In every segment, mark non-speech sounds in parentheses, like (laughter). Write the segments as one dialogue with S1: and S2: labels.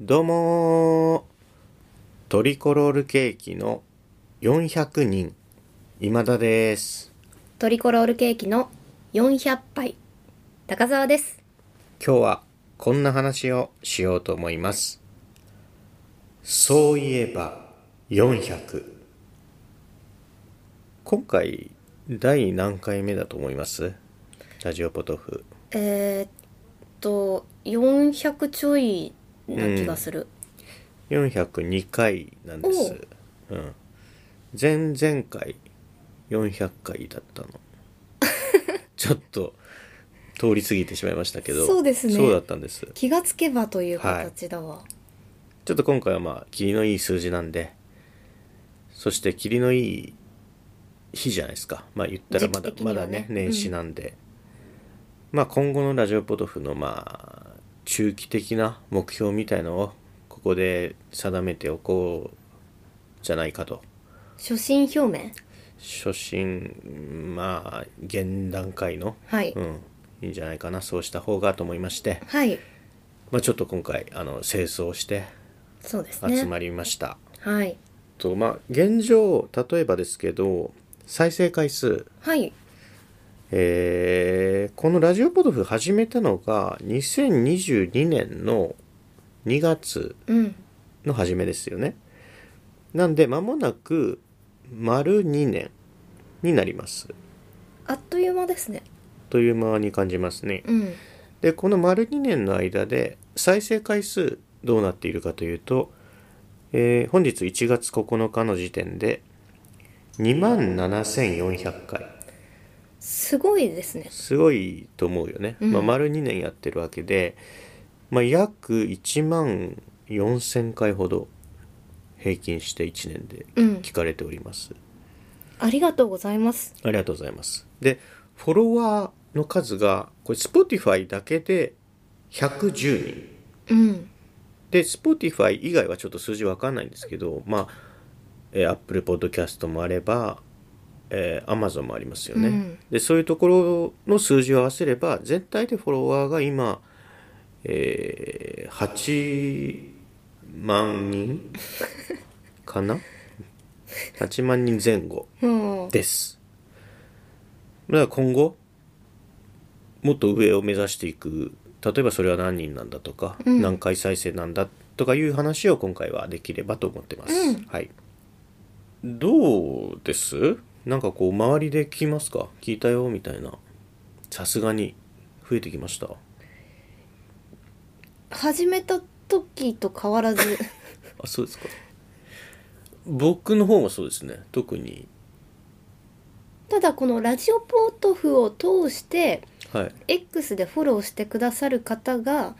S1: どうもートリコロールケーキの400人今田です
S2: トリコロールケーキの400杯高澤です
S1: 今日はこんな話をしようと思いますそういえば400今回第何回目だと思いますラジオポトフ
S2: えー、っと400ちょいな気がする、
S1: 402回なんです、うん、前々回400回だ
S2: (laughs)
S1: ったのちょっと通り過ぎてしまいましたけど
S2: そうですね
S1: そうだったんです
S2: 気がつけばという形だわ、
S1: ちょっと今回はまあ霧のいい数字なんでそして霧のいい日じゃないですかまあ言ったらまだ、
S2: 時期的に
S1: ま
S2: はね
S1: だね年始なんで、まあ今後のラジオポトフのまあ中期的な目標みたいのをここで定めておこうじゃないかと
S2: 初心表明
S1: 初心まあ現段階の
S2: はい、
S1: うんいいんじゃないかなそうした方がと思いまして、
S2: はい
S1: まあ、ちょっと今回あの清掃して
S2: そうですね
S1: 集まりました、
S2: はい
S1: とまあ現状例えばですけど再生回数
S2: はい
S1: えーこのラジオポトフ始めたのが2022年の2月
S2: うん
S1: の初めですよねなんで間もなく丸2年になります
S2: あっという間ですね
S1: という間に感じますね
S2: うん
S1: でこの丸2年の間で再生回数どうなっているかというと、えー本日1月9日の時点で2万7400回
S2: すごいですね
S1: すごいと思うよね、
S2: うん
S1: まあ、丸2年やってるわけで、まあ、約1万4000回ほど平均して1年で
S2: うん
S1: 聞かれております、
S2: ありがとうございます
S1: ありがとうございますでフォロワーの数がこれ Spotify だけで110人
S2: うん
S1: で Spotify 以外はちょっと数字わかんないんですけどまあ、えー Apple Podcast もあれば、えー Amazon もありますよね、
S2: うん
S1: でそういうところの数字を合わせれば全体でフォロワーが今、えー8万人かな8万人前後
S2: も
S1: ですだから今後もっと上を目指していく例えばそれは何人なんだとか、
S2: うん
S1: 何回再生なんだとかいう話を今回はできればと思ってます、
S2: うん
S1: はいどうですなんかこう周りで聞きますか聞いたよみたいなさすがに増えてきました
S2: う始めた時と変わら (laughs) ず
S1: あそうですか僕の方もそうですね特に
S2: ただこのラジオポートフを通して
S1: はい
S2: X でフォローしてくださる方が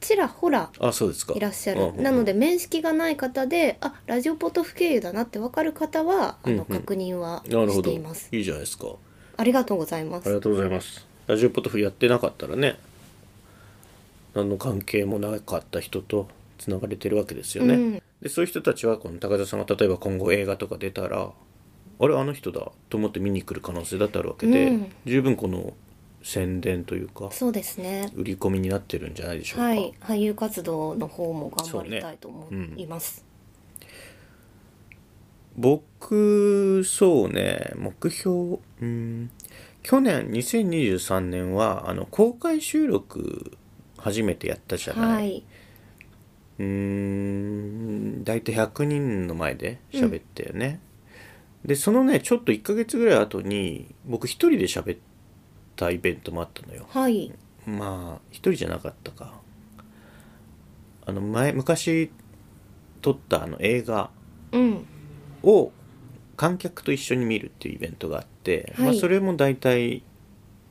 S2: ちらほら
S1: あそうですか
S2: いらっしゃ
S1: うんうん
S2: る
S1: うん
S2: なので面識がない方であラジオポトフ経由だなって分かる方はあの
S1: うんうん
S2: 確認は
S1: なるほ
S2: し
S1: ど
S2: て
S1: い
S2: います、
S1: いじゃないですか
S2: ありがとうございま
S1: あり
S2: す
S1: がとうございます。ラジオポトフやってなかったらね、何の関係もなかった人とつながれてるわけですよね。
S2: うん
S1: でそういう人たちはこの高田さんが例えば今後映画とか出たら、あれあの人だと思って見に来る可能性だってあるわけで、
S2: うん
S1: 十分この宣伝というか
S2: そうですね
S1: 売り込みになってるんじゃないでしょうか。
S2: はい俳優活動の方も頑張りたいと思
S1: そうねうん
S2: います、
S1: 僕そうね目標うん去年2023年はあの公開収録初めてやったじゃない。
S2: はい、
S1: うーん大体100人の前で喋ったよね、でそのねちょっと1ヶ月ぐらい後に僕一人で喋ったイベントもあったのよ
S2: はい
S1: まあ一人じゃなかったかあの前昔撮ったあの映画
S2: うん
S1: を観客と一緒に見るっていうイベントがあって、
S2: はい
S1: まあ、それも大体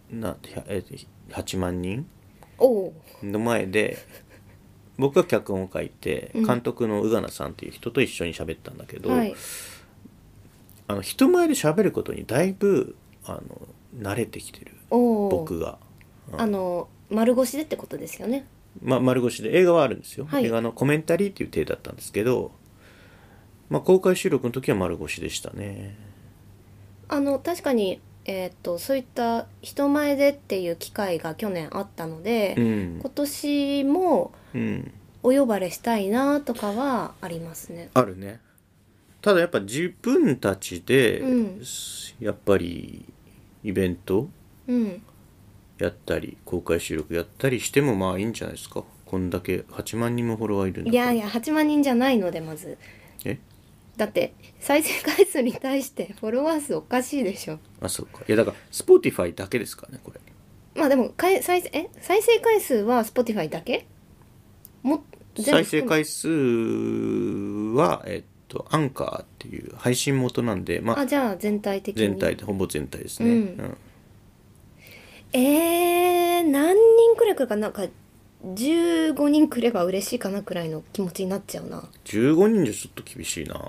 S1: なひゃえ8万人
S2: おお
S1: の前で僕が脚本を書いて
S2: うん
S1: 監督の宇賀名さんっていう人と一緒に喋ったんだけど、
S2: はい
S1: あの人前で喋ることにだいぶあの慣れてきてる
S2: おお
S1: 僕が、
S2: あの丸腰でってことですよね
S1: ま、丸腰で映画はあるんですよ、
S2: はい
S1: 映画のコメンタリーっていう体だったんですけど、まあ、公開収録の時は丸腰でしたね
S2: あの確かにえーっとそういった人前でっていう機会が去年あったので、
S1: うん
S2: 今年も
S1: うん
S2: お呼ばれしたいなとかはありますね。
S1: あるねただやっぱ自分たちで、
S2: うん
S1: やっぱりイベント
S2: うん。
S1: やったり公開収録やったりしてもまあいいんじゃないですかこんだけ8万人もフォロワーいるんだ
S2: いやいや8万人じゃないのでまず
S1: え
S2: だって再生回数に対して (laughs) フォロワー数おかしいでしょ。
S1: あそうかいやだから Spotify だけですからねこれ
S2: まあでもかい再生え再生回数は Spotify だけ？も全
S1: 再
S2: 部含
S1: 生
S2: め
S1: 回数はえっとアンカーっていう配信元なんでま
S2: あ
S1: あ
S2: じゃあ全体的に。
S1: 全体でほぼ全体ですね、
S2: うん
S1: うん
S2: えー、何人くらい来るかなんか15人くれば嬉しいかなくらいの気持ちになっちゃうな
S1: 15人じゃちょっと厳しいな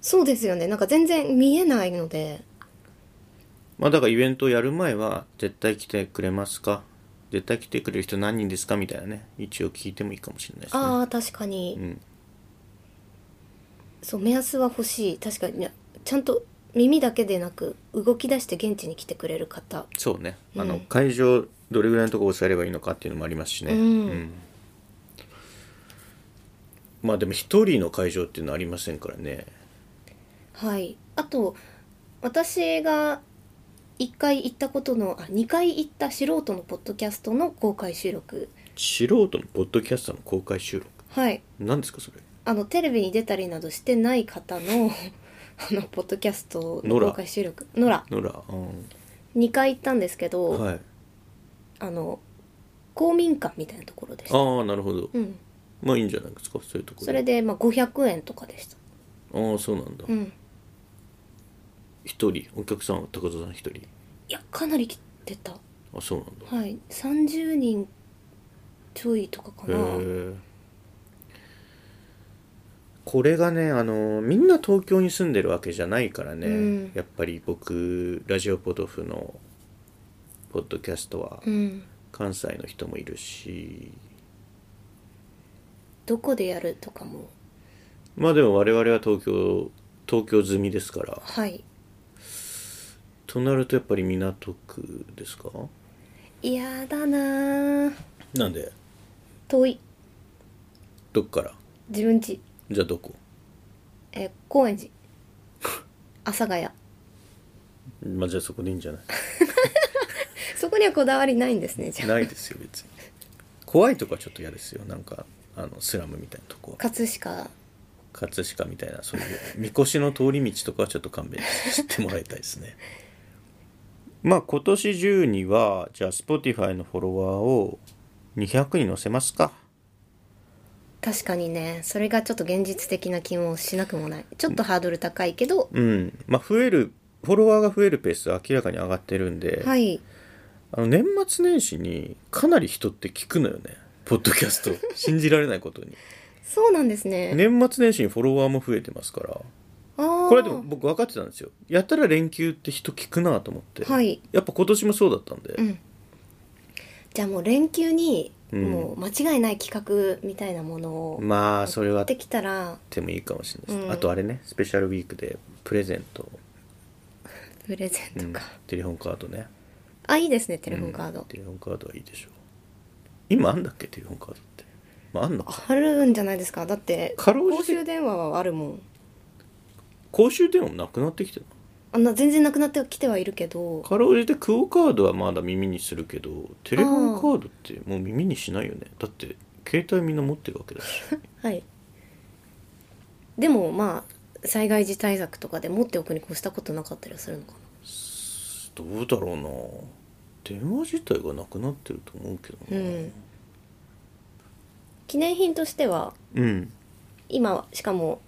S2: そうですよねなんか全然見えないので
S1: まあだからイベントをやる前は絶対来てくれますか絶対来てくれる人何人ですかみたいなね一応聞いてもいいかもしれないですね
S2: ああ確かに、
S1: うん
S2: そう目安は欲しい確かにいやちゃんと耳だけでなく動き出して現地に来てくれる方
S1: そうね、あ
S2: う
S1: の
S2: ん
S1: 会場どれぐらいのとこ押さえればいいのかっていうのもありますしね、
S2: うん
S1: まあでも一人の会場っていうのはありませんからね
S2: はいあと私が1回行ったことのあ2回行った素人のポッドキャストの公開収録
S1: 素人のポッドキャスターの公開収録
S2: はい
S1: 何ですかそれ
S2: あのテレビに出たりなどしてない方の (laughs) あのポッドキャストの
S1: ノラ
S2: 公開収録ノラ
S1: ノラ、うん
S2: 2回行ったんですけど、
S1: はい
S2: あの公民館みたいなところでした、
S1: ああなるほど、
S2: うん、
S1: まあいいんじゃないですかそういうところ
S2: それで、まあ、500円とかでした、
S1: ああそうなんだ
S2: うん、
S1: 一、人お客さんは高田さん一人
S2: いやかなり来てた
S1: あそうなんだ
S2: はい30人ちょいとかかな
S1: へえこれがねあのみんな東京に住んでるわけじゃないからね、
S2: うん
S1: やっぱり僕ラジオポトフのポッドキャストは
S2: うん
S1: 関西の人もいるし、
S2: どこでやるとかも
S1: まあでも我々は東京東京済みですから
S2: はい
S1: となるとやっぱり港区ですか
S2: 嫌だなあ
S1: なんで
S2: 遠い
S1: どっから
S2: 自分家
S1: じゃあどこ
S2: えー
S1: (laughs)
S2: 高円寺阿佐ヶ谷
S1: まあじゃあそこでいいんじゃない
S2: そこにはこだわりないんですねじゃ
S1: (laughs)
S2: あ
S1: ないですよ別に怖いとこはちょっと嫌ですよなんかあのスラムみたいなとこは
S2: 葛飾
S1: 葛飾みたいなそういうみこしの通り道とかはちょっと勘弁してもらいたいですね (laughs) まあ今年中にはじゃあ Spotify のフォロワーを200に乗せますか
S2: 確かにねそれがちょっと現実的な気もしなくもないちょっとハードル高いけど、
S1: うんまあ増えるフォロワーが増えるペースは明らかに上がってるんで、
S2: はい
S1: あの年末年始にかなり人って聞くのよね (laughs) ポッドキャスト信じられないことに
S2: そうなんですね
S1: 年末年始にフォロワーも増えてますから
S2: あー
S1: これでも僕分かってたんですよやったら連休って人聞くなと思って、
S2: はい
S1: やっぱ今年もそうだったんで、
S2: うんじゃあもう連休に、
S1: うん
S2: もう間違いない企画みたいなものを
S1: まあそれはあっ
S2: できたら
S1: てもいいかもしれないです、
S2: うん
S1: あとあれねスペシャルウィークでプレゼント、
S2: プレゼン
S1: う
S2: ト
S1: ん
S2: か、
S1: テレホンカードね
S2: あいいですねテレフォンカード、
S1: うんテレホンカードはいいでしょう今あんだっけテレホンカードってまああんのか
S2: あるんじゃないですかだって
S1: かろうじて
S2: 公衆電話はあるもん
S1: 公衆電話もなくなってきてる
S2: あんな全然なくなってきてはいるけど
S1: のかろうじてクオカードはまだ耳にするけどテレホンカードってもう耳にしないよねだって携帯みんな持ってるわけだし
S2: (laughs) はいでもまあ災害時対策とかで持っておくに越したことなかったりはするのかな
S1: どうだろうな電話自体がなくなってると思うけどな
S2: うん記念品としては
S1: うん、
S2: 今はしかも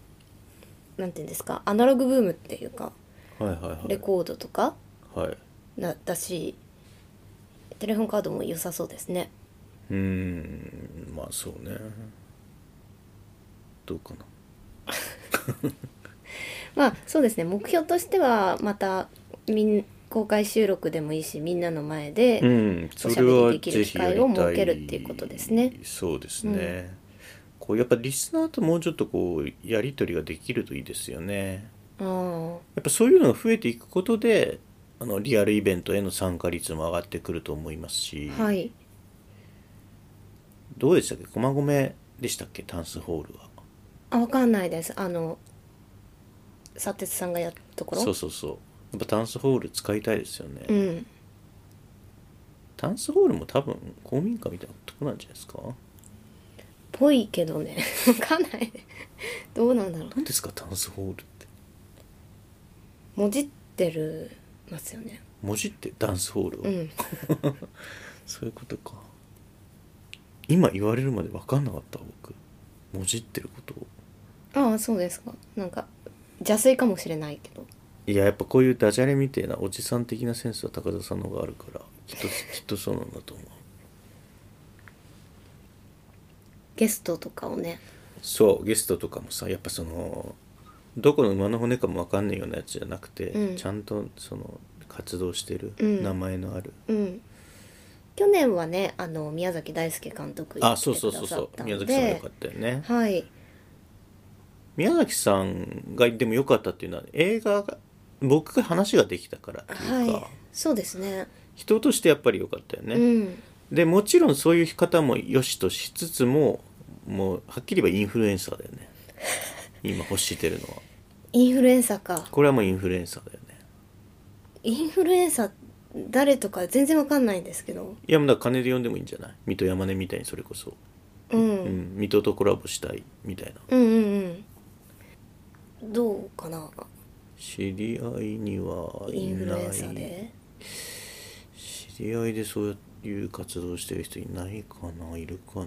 S2: なんていうんですかアナログブームっていうか
S1: はいはい
S2: レコードとか
S1: はいはい
S2: なだしテレフォンカードも良さそうですね
S1: うーんまあそうねどうかな
S2: まあそうですね目標としてはまたみん公開収録でもいいしみんなの前で、
S1: うんそれ
S2: おしゃべ
S1: は
S2: りでき
S1: ぜ
S2: る
S1: ひ
S2: 機
S1: やり
S2: 会
S1: た
S2: を
S1: い
S2: 設けるっていうことですね
S1: そうですね、こうやっぱリスナーともうちょっとこうやり取りができるといいですよね
S2: あ
S1: やっぱそういうのが増えていくことであのリアルイベントへの参加率も上がってくると思いますし、
S2: あはい
S1: どうでしたっけ駒込でしたっけタンスホールは
S2: あわかんないですあの佐哲さんがやったところ
S1: そうそうそうやっぱタンスホール使いたいですよね、
S2: うん
S1: タンスホールも多分公民館みたいなとこなんじゃないですか
S2: ぽいけどね (laughs) わかんないどうなんだろう
S1: 何ですかタンスホールって
S2: もじってるますよね
S1: 文字ってダンスホールは、
S2: うん
S1: (laughs) そういうことか今言われるまで分かんなかった僕文字ってることを
S2: ああそうですかなんか邪推かもしれないけど
S1: いややっぱこういうダジャレみたいなおじさん的なセンスは高田さんの方があるからきっと (laughs) きっとそうなんだと思う
S2: ゲストとかをね
S1: そうゲストとかもさやっぱそのどこの馬の骨かも分かんないようなやつじゃなくて、
S2: うん
S1: ちゃんとその活動してる、
S2: うん
S1: 名前のある
S2: うん去年はねあの宮崎大輔監督
S1: あ
S2: 来
S1: そう
S2: て
S1: そうそ
S2: くだ
S1: う
S2: さ
S1: そ
S2: っ
S1: う
S2: た
S1: 宮
S2: の
S1: 崎さんがよ
S2: で
S1: かったよね
S2: はい
S1: 宮崎さんがでも良かったっていうのは映画が僕が話ができたからっていうか、
S2: はいそうですね
S1: 人としてやっぱり良かったよね、
S2: うん
S1: でもちろんそういう方も良しとしつつももうはっきり言えばインフルエンサーだよね今欲してるのは
S2: インフルエンサーか
S1: これはもうインフルエンサーだよね
S2: インフルエンサー誰とか全然わかんないんですけど
S1: いやもうだから金で呼んでもいいんじゃない水戸山根みたいにそれこそ、
S2: うん、
S1: うん、水戸とコラボしたいみたいな
S2: うんうんうんどうかな
S1: 知り合いにはいない
S2: インフルエンサーで
S1: 知り合いでそういう活動してる人いないかないるかない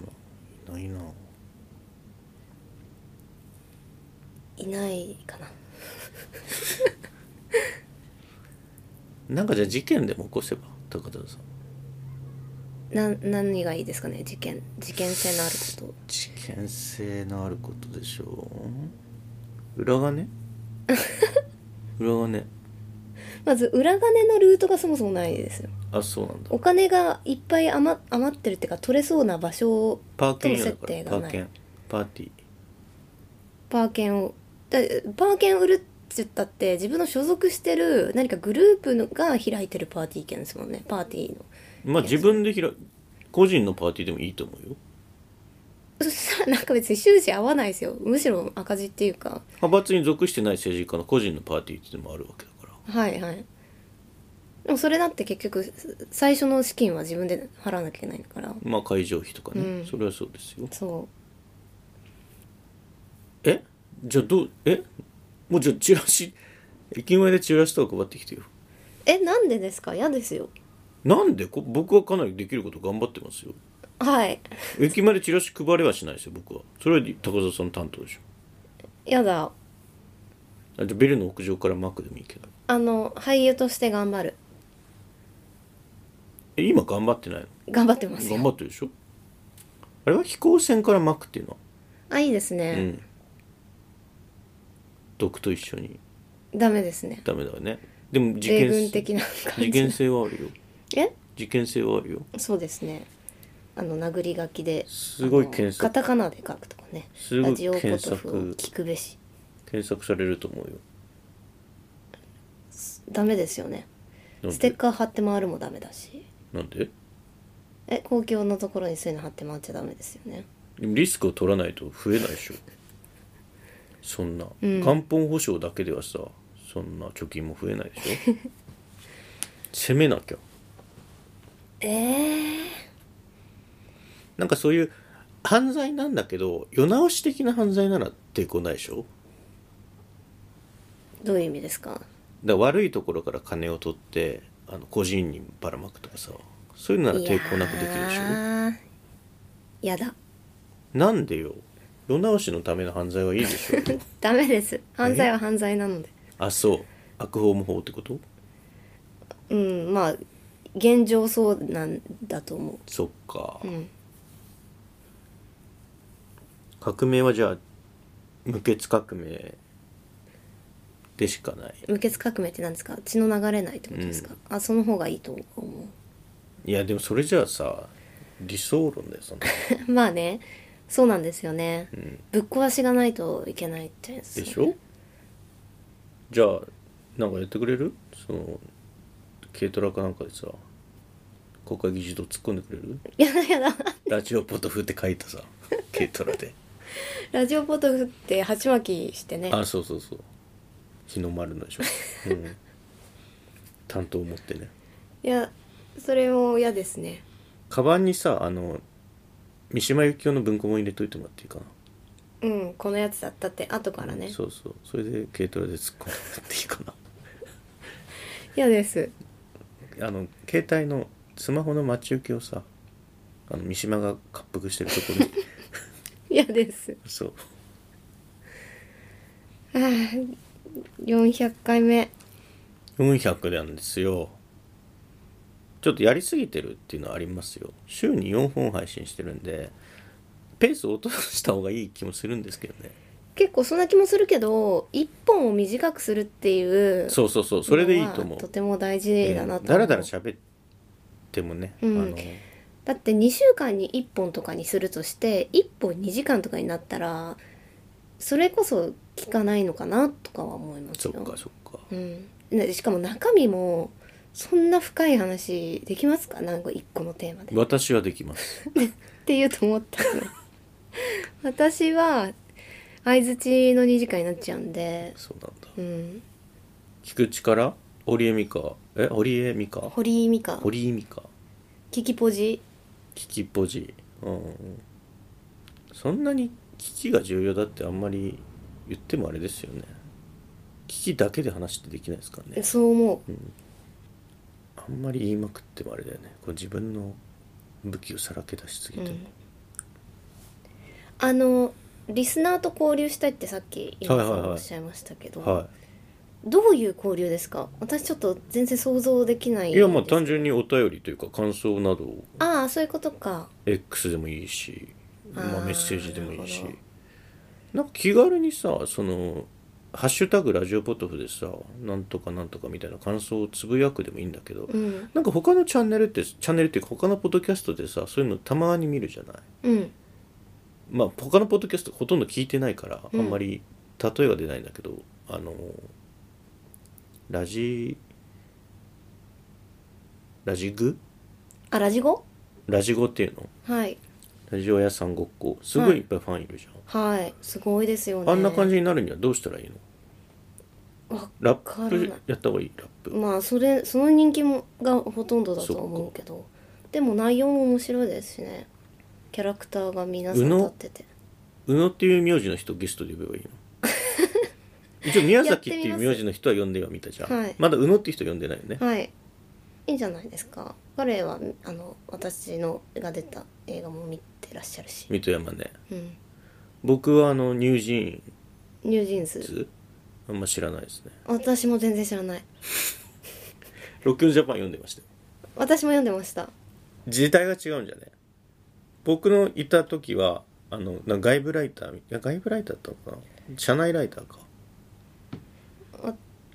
S1: ないない
S2: ないかな
S1: なんかじゃあ事件でも起こせば高田さん
S2: な何がいいですかね事件事件性のあるこ
S1: 事件性のあることでしょう裏 (laughs) 金裏金
S2: とまず裏金のルートがそもそもないですよ
S1: あそうなんだ
S2: お金がいっぱい余余ってるっていうか取れそうな場所を
S1: パーケンやだ
S2: と
S1: か
S2: の設定
S1: ら
S2: が
S1: パ
S2: な
S1: ー
S2: い
S1: ケンパーティー
S2: パー券をだパー券売るって言ったって自分の所属してる何かグループのが開いてるパーティー券ですもんねパーティーの
S1: まあ自分で開個人のパーティーでもいいと思うよ
S2: そしたらなんか別に収支合わないですよむしろ赤字っていうか
S1: 派閥に属してない政治家の個人のパーティーっていうのもあるわけだから
S2: はいはいでもそれだって結局最初の資金は自分で払わなきゃいけないんだから
S1: まあ会場費とかね、
S2: うん
S1: それはそうですよ
S2: そ
S1: えじゃあどうえもうじゃあチラシ駅前でチラシとか配ってきてよ
S2: うえなんでですか嫌ですよ
S1: なんでこ僕はかなりできること頑張ってますよ
S2: はい
S1: 駅前でチラシ配れはしないですよ僕はそれは高田さんの担当でしょ
S2: やだ
S1: あじゃあビルの屋上からマークでもいいけど
S2: あの俳優として頑張る
S1: え今頑張ってないの
S2: 頑張ってます
S1: 頑
S2: よ
S1: 張ってるでしょあれは飛行船からマークっていうのは
S2: あいいです
S1: う
S2: ね、
S1: ん毒と一緒に
S2: ダメですね
S1: ダメだよねでも事
S2: 米
S1: 件
S2: 軍
S1: 性
S2: 的な感
S1: 事
S2: じ
S1: 件性はあるよ
S2: え
S1: 事件性はあるよ
S2: そうですねあの殴り書きです
S1: ごい検索
S2: あのカタカナで書くとかね
S1: すごい
S2: ラジオポト
S1: 検
S2: フを
S1: 索
S2: 聞くべし
S1: 検索されると思うよ
S2: ダメですよね
S1: なんで
S2: ステッカー貼って回るもダメだし
S1: なんで
S2: え公共のところにそういうの貼って回っちゃダメですよね
S1: でもリスクを取らないと増えないでしょそんな、
S2: うん
S1: 元本保証だけではさそんな貯金も増えないで
S2: (laughs)
S1: しょ攻めなきゃ
S2: ええ
S1: なんかそういう犯罪なんだけど世直し的な犯罪なら抵抗ないでしょ
S2: どういう意味ですか
S1: だから悪いところから金を取ってあの個人にばらまくとかさそういうのなら抵抗なくできるでし
S2: いや
S1: ょ
S2: ーやだ (laughs)
S1: なんでよ世直しのための犯罪はいいでしょ
S2: ダメです犯罪は犯罪なので
S1: あそう悪法無法ってこと
S2: うんまあ現状そうなんだと思
S1: そっか、
S2: ううん
S1: 革命はじゃあ無血革命でしかない
S2: 無血革命って何ですか血の流れないってことですか、あその方がいいと思
S1: いやでもそれじゃあさ理想論だよそ
S2: (laughs)
S1: んなの
S2: う (laughs) まあねそうなんですよね、ぶっ壊しがないといけないってやつ
S1: でしょじゃあなんかやってくれるその軽トラかなんかでさ国会議事堂突っ込んでくれる
S2: やだやだ (laughs)
S1: ラジオポトフって書いたさ軽トラで
S2: ラジオポトフって鉢巻きしてね
S1: あそうそうそう日の丸の
S2: (laughs)
S1: でしょ、うん、担当を持ってね
S2: いやそれも嫌ですね
S1: カバンにさあの三島由紀夫の文庫本入れといてもらっていいかな
S2: うんこのやつだったって後からね
S1: そうそうそれで軽トラで突っ込んでもらっていいか
S2: 嫌です
S1: な (laughs) あの携帯のスマホの待ち受けをさあの三島が滑覆してるとこ
S2: (laughs)
S1: ろに
S2: 嫌です
S1: そう
S2: あー400回目
S1: 400なんですよちょっとやりすぎてるっていうのはありますよ週に4本配信してるんでペースを落とした方がいい気もするんですけどね
S2: 結構そんな気もするけど1本を短くするっていう
S1: そうそうそうそれでいいと
S2: の
S1: 思
S2: は
S1: う
S2: とても大事だなと思う、
S1: うんだらだら喋ってもね、
S2: うん
S1: あの
S2: だって2週間に1本とかにするとして1本2時間とかになったらそれこそ聞かないのかなとかは思います
S1: そ
S2: よ
S1: っかそっか
S2: うん、でしかも中身もそんな深い話できますかなんか1個のテーマで
S1: 私はできます
S2: (laughs) って言うと思ったの (laughs) 私は相づちの2時間になっちゃうんで
S1: そうなんだ
S2: うん
S1: 聞く力堀江美香え堀江美香
S2: 堀井美香
S1: 堀江美香
S2: キキポジ
S1: 聞きっぽじうんうんそんなに聞きが重要だってあんまり言ってもあれですよね聞きだけで話ってできないですからね
S2: そう思う
S1: あんまり言いまくってもあれだよねこう自分の武器をさらけ出しすぎても、
S2: あのリスナーと交流したいってさっき今
S1: はいはいはい
S2: おっしゃいましたけど、
S1: は
S2: どういう交流ですか私ちょっと全然想像できない
S1: いいやまあ単純にお便りというか感想などを
S2: ああそういうことか
S1: X でもいいし、ま
S2: あ
S1: あ、
S2: ー
S1: メッセージでもいいし
S2: なるほ
S1: なんか気軽にさその「ハッシュタグラジオポトフ」でさなんとかなんとかみたいな感想をつぶやくでもいいんだけど、
S2: うん
S1: なんか他のチャンネルってチャンネルっていうか他のポッドキャストでさそういうのたまに見るじゃない
S2: うん
S1: まあ他のポッドキャストほとんど聞いてないからあ
S2: うん
S1: んまり例えが出ないんだけど、あのラジラジグ
S2: あラジゴ
S1: ラジゴっていうの
S2: はい
S1: ラジオ屋さんごっこすごいいっぱいファンいるじゃん、
S2: はいすごいですよね
S1: あんな感じになるにはどうしたらいいの
S2: わ
S1: ラッ
S2: からない
S1: プやった方がいいラップ、
S2: まあそれその人気もがほとんどだとは思うけどでも内容も面白いですしねキャラクターが皆さん
S1: 宇野
S2: 立ってて
S1: 宇野っていう名字の人をゲストで呼べばいいの一応宮崎ってい
S2: や
S1: う
S2: ってみます
S1: 名字の人は呼んではみたじゃん
S2: はい
S1: まだ宇野っていう人呼んでないよね
S2: はいいいんじゃないですか彼はあの私のが出た映画も見てらっしゃるし、
S1: 水戸山ね
S2: うん、
S1: 僕はあのニュージーン
S2: ニュージーンズ
S1: ズあんま知らないですね
S2: 私も全然知らない
S1: ロックンジャパン読んでましたよ
S2: 私も読んでました
S1: 時代が違うんじゃね僕のいた時はあのな外部ライターいや外部ライターだったのかな社内ライターか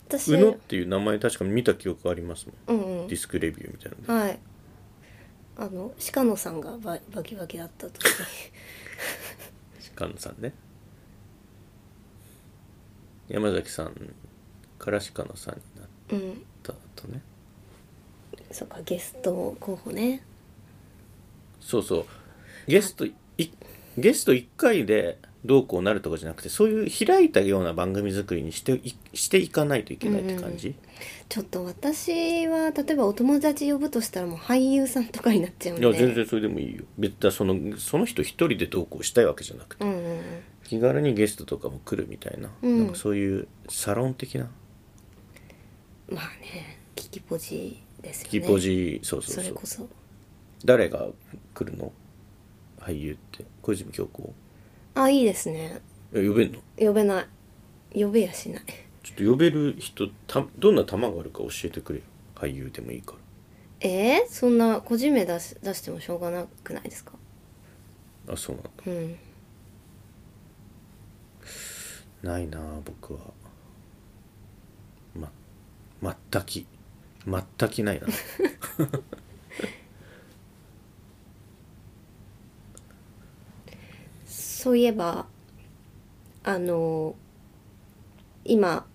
S2: 私
S1: 宇野っていう名前確か見た記憶ありますもん
S2: うんうん
S1: ディスクレビューみたいなので
S2: はいあの鹿野さんがババキバキだった時 (laughs)
S1: 菅野さんね山崎さんから鹿野さんになっ
S2: うん
S1: たとね
S2: そっかゲスト候補ね
S1: そうそうゲストいゲスト1回でどうこうなるとかじゃなくてそういう開いたような番組作りにしていしていかないといけないって感じ、
S2: ちょっと私は例えばお友達呼ぶとしたらもう俳優さんとかになっちゃうんで
S1: いや全然それでもいいよ別にそのその人一人でどうこうしたいわけじゃなくて
S2: うんうんうん
S1: 気軽にゲストとかも来るみたいな,、
S2: うん
S1: なんかそういうサロン的な
S2: まあね聞きポジですよね
S1: キーポジ、そうそ
S2: そう
S1: そ
S2: れ
S1: う
S2: こそ
S1: 誰が来るの俳優って小泉京子
S2: あいいですね
S1: え呼べんの
S2: 呼べない呼べやしない
S1: ちょっと呼べる人たどんな球があるか教えてくれよ俳優でもいいか
S2: えー、そんな個人名出し出してもしょうがなくないですから
S1: あそうなんだ
S2: うん
S1: ないなあ僕はま全き全きないな (laughs)
S2: そういえばあの今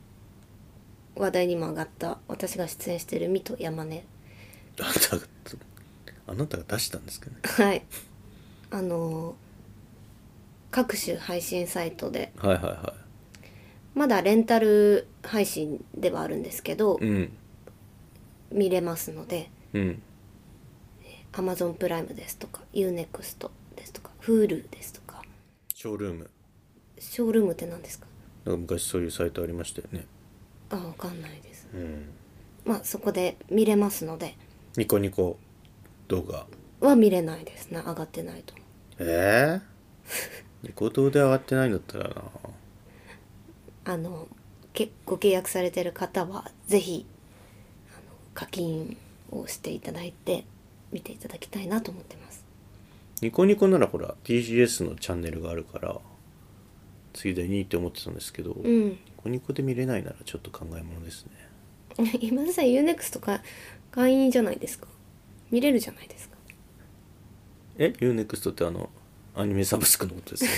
S2: 話題にも上がった私が出演してる「水戸山 (laughs) 根
S1: あなたがあなたが出したんですけどね」
S2: はいあの各種配信サイトで
S1: はいはいは
S2: まだレンタル配信ではあるんですけど
S1: いうん
S2: 見れますので
S1: うん
S2: Amazon プライムですとか UNEXT ですとか Hulu ですとか
S1: ショールーム
S2: ショールームって何ですか
S1: なんか昔そういうサイトありましたよね
S2: あわかんないです
S1: うん
S2: まあそこで見れますので
S1: ニコニコ動画
S2: は見れないですね上がってないと
S1: ええニコ動で上がってないんだったらな
S2: あのけご契約されてる方はぜひあの課金をしていただいて見ていただきたいなと思ってます
S1: ニコニコならほら TGS のチャンネルがあるからついでにって思ってたんですけど、
S2: う
S1: ニ
S2: ん (laughs)
S1: コニコで見れないならちょっと考えものですね
S2: 今田さん UNEXT とか会員じゃないですか見れるじゃないですか
S1: え UNEXT ってあのアニメサブスクのことですよ
S2: (laughs)
S1: ね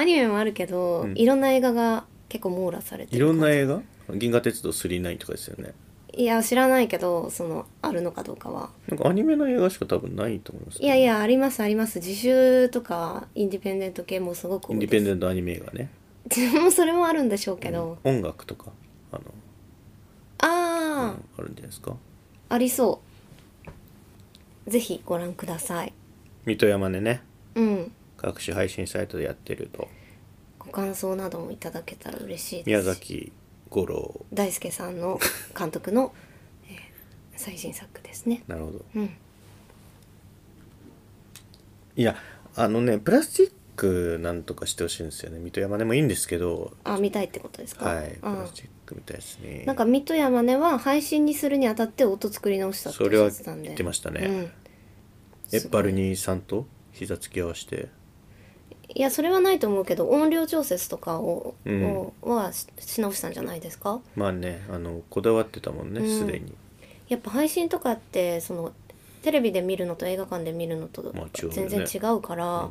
S2: アニメもあるけど、
S1: うん
S2: いろんな映画が結構網羅されて
S1: い
S2: る
S1: ろんな映画銀河鉄道999とかですよね
S2: いや知らないけどそのあるのかどうかは
S1: なんかアニメの映画しか多分ないと思いますけど
S2: いやいやありますあります自習とかインディペンデント系もすごく
S1: インディペンデ
S2: ン
S1: ントアニメ映画ね
S2: ト (laughs) もうそれもあるんでしょうけど、
S1: 音楽とかあの、
S2: ああ、
S1: うんあるんじゃないですか
S2: ありそうぜひご覧ください
S1: 水戸山でね
S2: うん
S1: 各種配信サイトでやってると
S2: ご感想などもいただけたら嬉しいです
S1: 宮崎五郎
S2: 大輔さんの監督の、えー最新作ですね
S1: なるほど
S2: うん
S1: いやあのねプラスチックなんとかしてほしいんですよね水戸山でもいいんですけど
S2: あ見たいってことですか
S1: はいプ
S2: あー
S1: ラスチックみたいですね
S2: なんか水戸山根は配信にするにあたって音作り直したって
S1: それは
S2: おっしゃってたんで
S1: 言ってましたね
S2: うん、
S1: エッパルニーさんと膝つき合わせて
S2: いやそれはないと思うけど音量調節とかを,を、
S1: うん
S2: はしし直したんじゃないですか
S1: まあねあのこだわってたもんね
S2: うん
S1: すでに、
S2: やっぱ配信とかってそのテレビで見るのと映画館で見るのと
S1: まあ違うよね
S2: 全然違うから、あ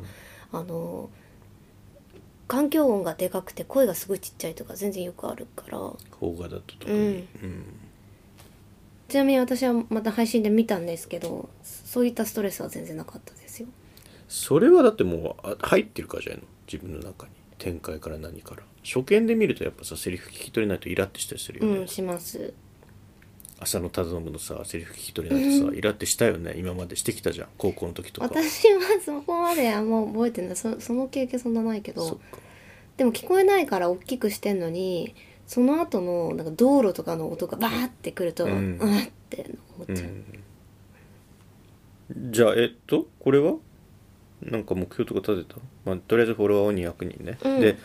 S2: の環境音がでかくて声がすごいちっちゃいとか全然よくあるから
S1: 邦画だと特に、うん
S2: ちなみに私はまた配信で見たんですけどそういったストレスは全然なかったですよ
S1: それはだってもうあ入ってるからじゃないの自分の中に展開から何から初見で見るとやっぱさセリフ聞き取れないとイラってしたりするよね、
S2: うんします
S1: 浅野忠信のさセリフ聞き取れないとさイラってしたよね今までしてきたじゃん高校の時とか
S2: 私はそこまであんま覚えてないそその経験そんなないけ
S1: そっ
S2: ど
S1: か
S2: でも聞こえないから大きくしてんのにその後のなんか道路とかの音がバーってくると、
S1: う
S2: うんん、あって思っ
S1: う
S2: ちゃう、
S1: んじゃあえっとこれはなんか目標とか立てた、まあ、とりあえずフォロワー200人ね、
S2: うん
S1: で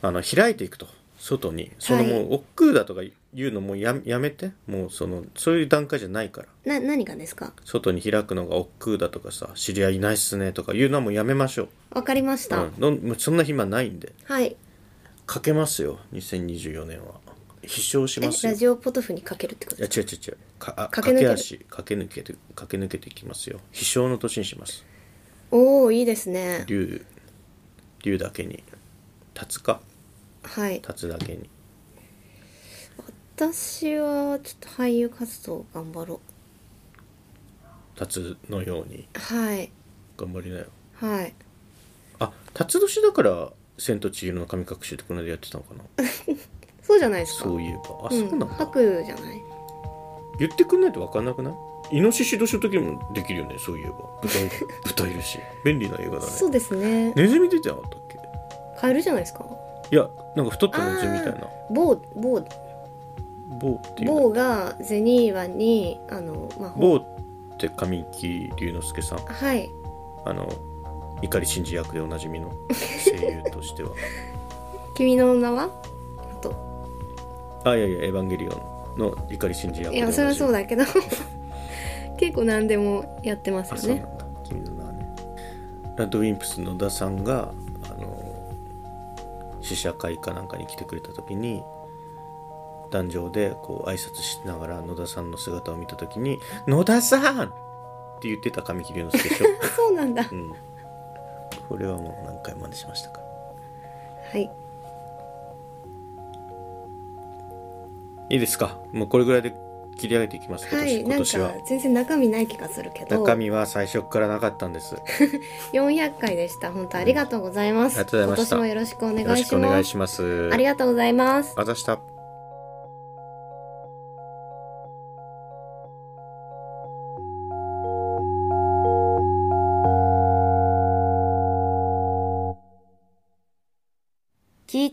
S1: あの開いていくと外にその
S2: はい
S1: もう億劫だとか言うのもうややめてもうそのそういう段階じゃないから
S2: な何がですか
S1: 外に開くのが億劫だとかさ知り合いいないっすねとか言うのはもうやめましょ
S2: わかりまし
S1: う、
S2: た、
S1: うんどん、もうそんな暇ないんで
S2: はい
S1: かけますよ2024年は飛翔し
S2: え
S1: ますよ
S2: ラジオポトフにかけるってこと
S1: いや
S2: で
S1: 違う違う違うかあ
S2: 駆け
S1: 駆
S2: 抜ける
S1: け足駆け抜けて駆け抜けていきますよ飛翔の年にします
S2: おおいいですね
S1: 竜竜だけに立つか
S2: はい
S1: 立つだけに
S2: 私はちょっと俳優活動頑張ろ
S1: 立つのように
S2: うはい
S1: 頑張りなよ
S2: はい
S1: あ立つ年だから「千と千尋の神隠し」ってこの間やってたのかな
S2: そうじゃないですか
S1: そういえばあそうなん
S2: ん、
S1: だ、
S2: 白じゃない
S1: 言ってくんないと分かんなくないイノシシ年の時もできるよねそういえば豚いる豚いるし便利な映画だ
S2: そ
S1: ね
S2: うですね
S1: ネズミ出てなかったっ
S2: カエルじゃないですか
S1: けいやなんか太ったネズミみたいな
S2: 某某
S1: 棒っていう
S2: 某がゼニーワにあのまあほ
S1: 某って神木隆之介さん
S2: はい
S1: あの碇シンジ役でおなじみの声優として
S2: (laughs)
S1: は
S2: 君の名はあと
S1: あいやいや「エヴァンゲリオン」の碇シンジ役
S2: い
S1: でお
S2: や
S1: なじみ
S2: それはそうだけど (laughs) 結構何でもやってます
S1: あ
S2: よ
S1: そう
S2: ね
S1: なんだ君の名はねラッドウィンプスの野田さんがあの試写会かなんかに来てくれた時に壇上でこう挨拶しながら野田さんの姿を見た時に「野田さん!」って言ってた神木隆之
S2: (laughs)
S1: 介でしょ、
S2: そうなんだ
S1: うん、これはもう何回も真似しましたから
S2: はい
S1: いいですかもうこれぐらいで切り上げていきます今
S2: は
S1: 年,、
S2: い
S1: 今
S2: なん
S1: 年は
S2: か全然中身ない気がするけど
S1: 中身は最初からなかったんです
S2: 400回でした本当ありがとうございます、
S1: ありがとうございました
S2: 今年もよろしくお願
S1: よろ
S2: い
S1: し
S2: し
S1: くお願
S2: ま
S1: い
S2: す
S1: します
S2: ありがとうございます
S1: あざした
S2: 聞い